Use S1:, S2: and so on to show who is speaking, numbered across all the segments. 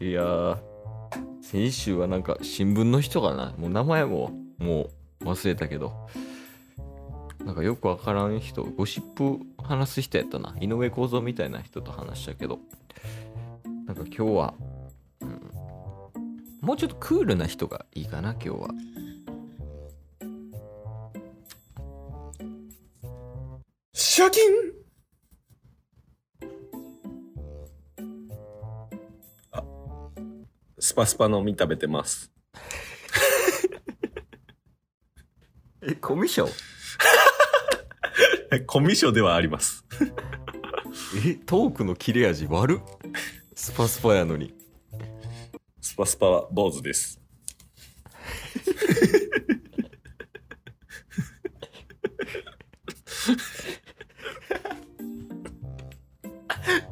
S1: いやー、先週はなんか新聞の人かな。もう名前ももう忘れたけど。なんかよくわからん人、ゴシップ話す人やったな。井上公造みたいな人と話したけど。なんか今日は、うん、もうちょっとクールな人がいいかな、今日は。
S2: シャキンあスパスパの実食べてます。
S1: え、コミショ
S2: コミショではあります。
S1: え、トークの切れ味悪っスパスパやのに。
S2: スパスパは坊主です。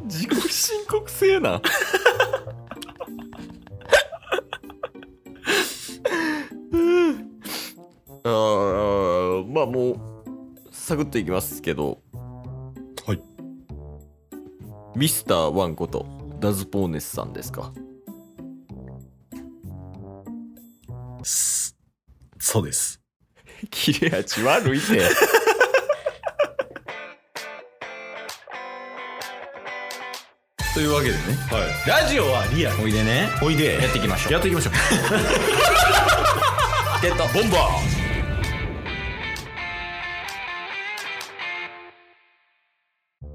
S1: 自己申告制な。 あーまあもうサクッといきますけど
S2: はい
S1: ミスターワンことダズポーネスさんです か
S2: すそうです。
S1: 切れ味悪いね
S2: というわけでね、ラジオはリアル。おいでね。おいで。やっていきましょう。やっていきましょ う。
S1: ゲット
S2: ボンバ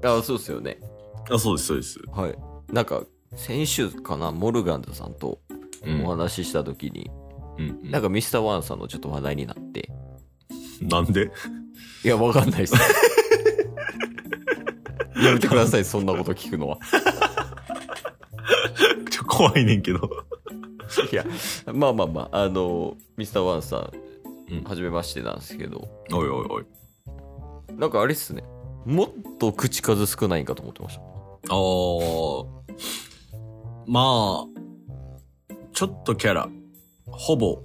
S1: あそうですよね
S2: ーあ、そうです、そうです。
S1: はいなんか先週かなモルガンズさんと
S2: うん
S1: お話しした時に、
S2: うん
S1: なんかミスターワンさんのちょっと話題になって
S2: なんで
S1: いや、わかんないです。やめてください、そんなこと聞くのは。
S2: ちょ怖いねんけど。
S1: いや、まあまあまあ、あの、ミスターワンさん、
S2: うん
S1: はじめましてなんですけど、
S2: おいおいおい。
S1: なんかあれっすね、もっと口数少ないんかと思ってました。
S2: あーまあ、ちょっとキャラ、ほぼ、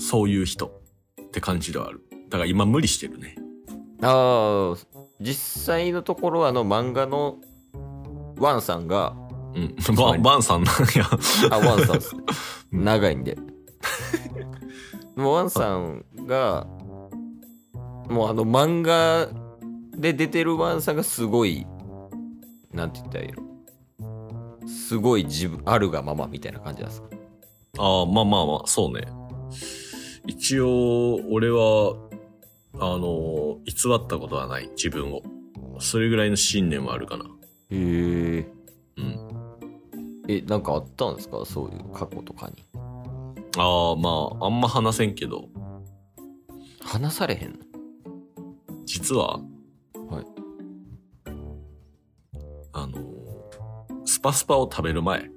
S2: そういう人って感じではある。だから今無理してるね。
S1: ああ、実際のところ、あの、漫画のワンさんが、
S2: うん。
S1: う
S2: バン、バンさんなんや。
S1: あ、ワンさんっす。
S2: うん
S1: 長いんで。もうワンさんが、もうあの漫画で出てるワンさんがすごい、なんて言ったらいいのすごい自分、あるがままみたいな感じなんですか。
S2: ああ、まあまあまあ、そうね。一応、俺は、あの、偽ったことはない、自分を。それぐらいの信念はあるかな。
S1: へえ。
S2: うん。
S1: え、なんかあったんですかそういう過去とかに。
S2: ああ、まあ、あんま話せんけど、
S1: 話されへんの
S2: 実は、
S1: はい。
S2: あの、スパスパを食べる前、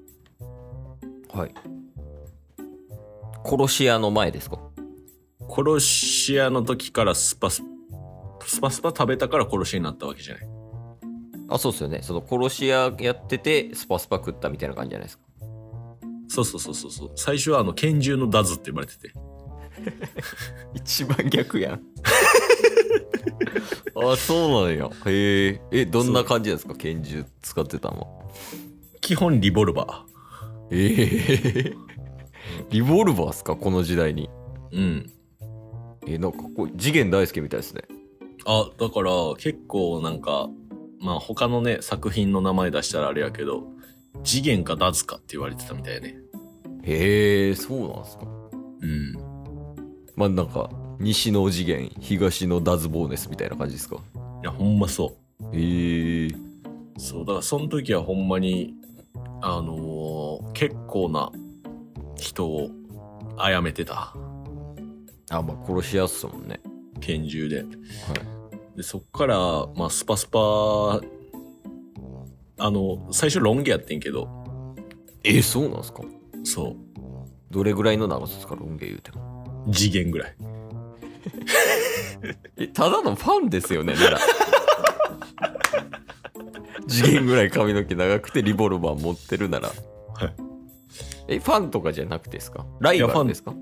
S1: はい。殺し屋の前ですか
S2: 殺し屋の時からスパス、スパスパ食べたから殺しになったわけじゃない。
S1: あ、そうっすよね。その殺し屋やってて、スパスパ食ったみたいな感じじゃないですか。
S2: そうそうそうそうそう。最初はあの、拳銃のダズって呼ばれてて。
S1: 一番逆やん あそうなんやへええどんな感じなんですか拳銃使ってたの
S2: 基本リボルバ
S1: ええリボルバーっすかこの時代に
S2: ー。うん。
S1: えなんかこう次元大介みたいですね
S2: あ、だから結構なんか、まあ他のね、作品の名前出したらあれやけど、次元かダズかって言われてたみたいね。
S1: へえそうなんですか
S2: うん。
S1: まあなんか西の次元東のダズボーネスみたいな感じですか
S2: いや、ほんまそ
S1: へえ
S2: う。そう、だからその時はほんまに、あのー結構な人を殺めてた。
S1: あまあ殺しやすっすもんね
S2: 拳銃で。
S1: は
S2: で、そっから、まあスパスパ、あの、最初ロン毛やってんけど、
S1: いえそうなんですか
S2: そ
S1: どれぐらいの長さですかロン毛言うても
S2: う、次元ぐらい。
S1: えただのファンですよねなら 次元ぐらい髪の毛長くてリボルバー持ってるなら、
S2: はい
S1: えファンとかじゃなくてですかライ
S2: いや
S1: バ
S2: ファ
S1: ル
S2: ン
S1: ですか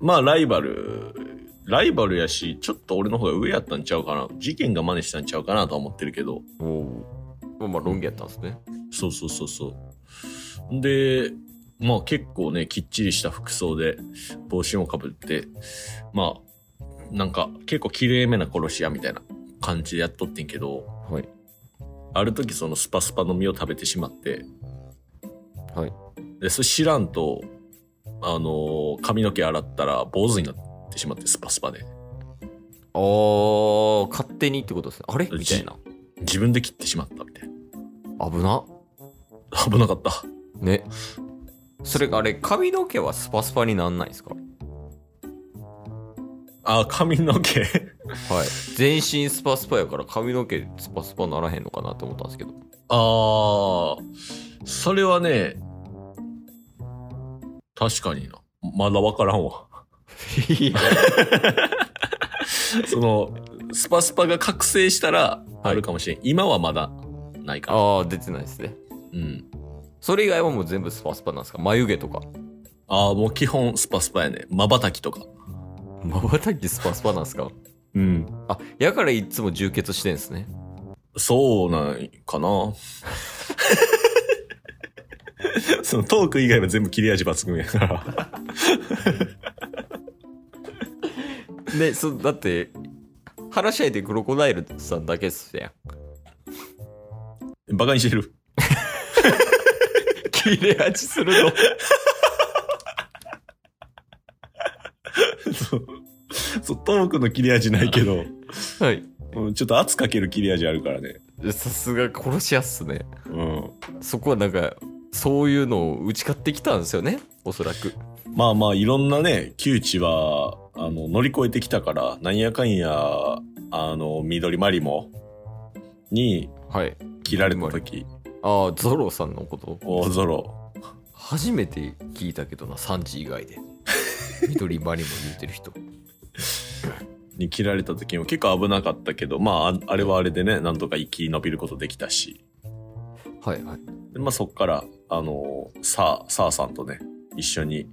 S2: まあライバル、ライバルやし、ちょっと俺の方が上やったんちゃうかな。事件が真似したんちゃうかなとは思ってるけど。
S1: おおまあまあロン毛やったんですね
S2: そうそうそうそう。で、まあ結構ね、きっちりした服装で、帽子もかぶって、まあ、なんか結構綺麗めな殺し屋みたいな感じでやっとってんけど、
S1: はい。
S2: ある時そのスパスパの実を食べてしまって、
S1: はい。
S2: で、それ知らんと、あのー髪の毛洗ったら坊主になってしまって、スパスパで。
S1: あー、勝手にってことですね。あれ
S2: う
S1: み
S2: ち
S1: たいな。
S2: 自分で切ってしまったみたい
S1: 危な。
S2: な。危なかった。
S1: ね。それがあれ、髪の毛はスパスパになんないですか
S2: あ、髪の毛
S1: はい。全身スパスパやから髪の毛スパスパならへんのかなって思ったんで すけど。
S2: ああ、それはね、確かにな。まだわからん わ。その、スパスパが覚醒したら、
S1: はい
S2: あるかもしれん。今はまだ、ないか
S1: ああ、出てないですね。
S2: ら。うん。
S1: それ以外はもう全部スパスパなんですか眉毛とか。
S2: ああ、もう基本スパスパやね。瞬きとか。
S1: 瞬きスパスパなんですか
S2: うん。
S1: あ、やからいつも充血してんですね。
S2: そうなんかな。 そのトーク以外は全部切れ味抜群やから。
S1: で、そ、だって、話し合いでクロコダイルさんだけっすやん。
S2: バカにしてる。
S1: 切れ味するの。
S2: そうそう、トークの切れ味ないけど、
S1: はい。
S2: うんちょっと圧かける切れ味あるからね。
S1: さすが殺し屋っすね。
S2: うん。
S1: そこはなんか、そういうのを打ち勝ってきたんですよね。おそらく。
S2: まあまあ、いろんなね、窮地は、あの、乗り越えてきたから、なんやかんや、あの、緑マリモに
S1: はい。
S2: 切られた時、
S1: ああ、ゾロさんのこと。
S2: 大ゾロ。
S1: 初めて聞いたけどな、サンジ以外で。緑マリも言うてる人。
S2: に切られた時も結構危なかったけど、まあ、ああれはあれでね、なんとか生き延びることできたし。
S1: はいはい。
S2: でまあそっから、あのー、さあ、さあさんとね、一緒に、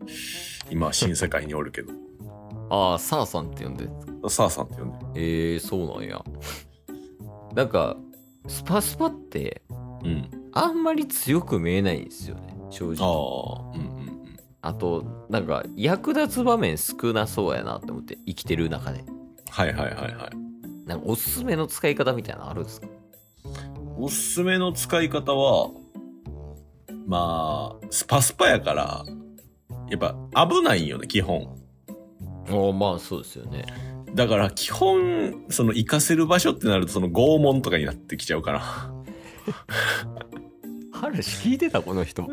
S2: 今、新世界におるけど、
S1: ああ、サーさんって呼んで。
S2: さあさんって呼んでる。
S1: ええー、そうなんや。 なんか、スパスパって、
S2: うん。
S1: あんまり強く見えないんですよね、正
S2: あ
S1: 直。
S2: あ、うんうんうん。
S1: あと、なんか、役立つ場面少なそうやなって思って、生きてる中で。
S2: はいはいはいはい。
S1: なんか、おすすめの使い方みたいなのあるんですか
S2: おすすめの使い方は、まあ、スパスパやから、やっぱ危ないんよね、基本。
S1: ああ、まあ、そうですよね。
S2: だから基本、その行かせる場所ってなるとその拷問とかになってきちゃうから。
S1: 話聞いてたこの人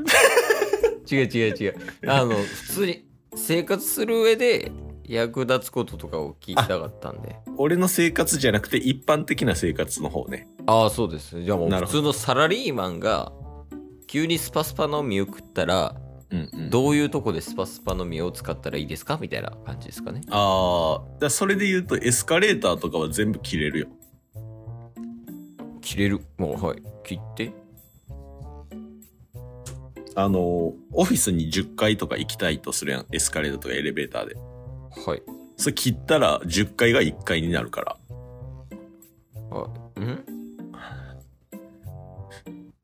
S1: 違う違う違うあの普通に生活する上で役立つこととかを聞きたかったんで
S2: 俺の生活じゃなくて一般的な生活の方ね。
S1: ああそうですねじゃあもう
S2: な
S1: 普
S2: るほど
S1: 通のサラリーマンが急にスパスパの実を食ったら
S2: うんうん。
S1: どういうとこでスパスパの実を使ったらいいですかみたいな感じですかね
S2: ああ、だからそれで言うとエスカレーターとかは全部切れるよ。
S1: 切れるもうはい切って
S2: あの、オフィスに10階とか行きたいとするやん。エスカレーターとかエレベーターで。
S1: はい
S2: それ切ったら10階が1階になるから。
S1: あうん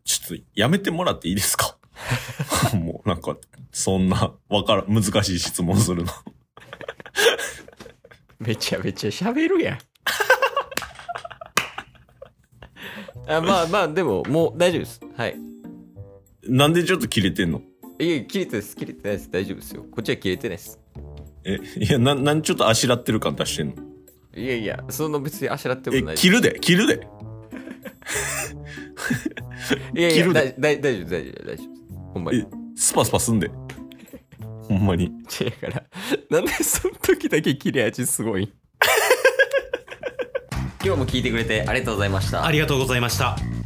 S2: ちょっとやめてもらっていいですか もうなんか、そんな、わから、難しい質問するの。
S1: めちゃめちゃ喋るやん あまあまあでももう大丈夫ですはい
S2: なんでちょっと切れてんの
S1: いや、切れてないです。切れてないです。大丈夫ですよ。こっちは切れてないです。
S2: え、いや、なん、なんちょっとあしらってる感出してんの
S1: いやいや、その別にあしらっても
S2: え
S1: な、いです。
S2: 切るで、切るで。
S1: いやい
S2: 切
S1: や、
S2: る
S1: だいだい大丈夫、大丈夫、大丈夫。ほんまに。
S2: え、スパスパすんで。 ほんまに。
S1: 違うから、なんでその時だけ切れ味す ごい今日も聞いてくれてありがとうございました
S3: あ。りがとうございました。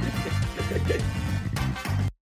S3: す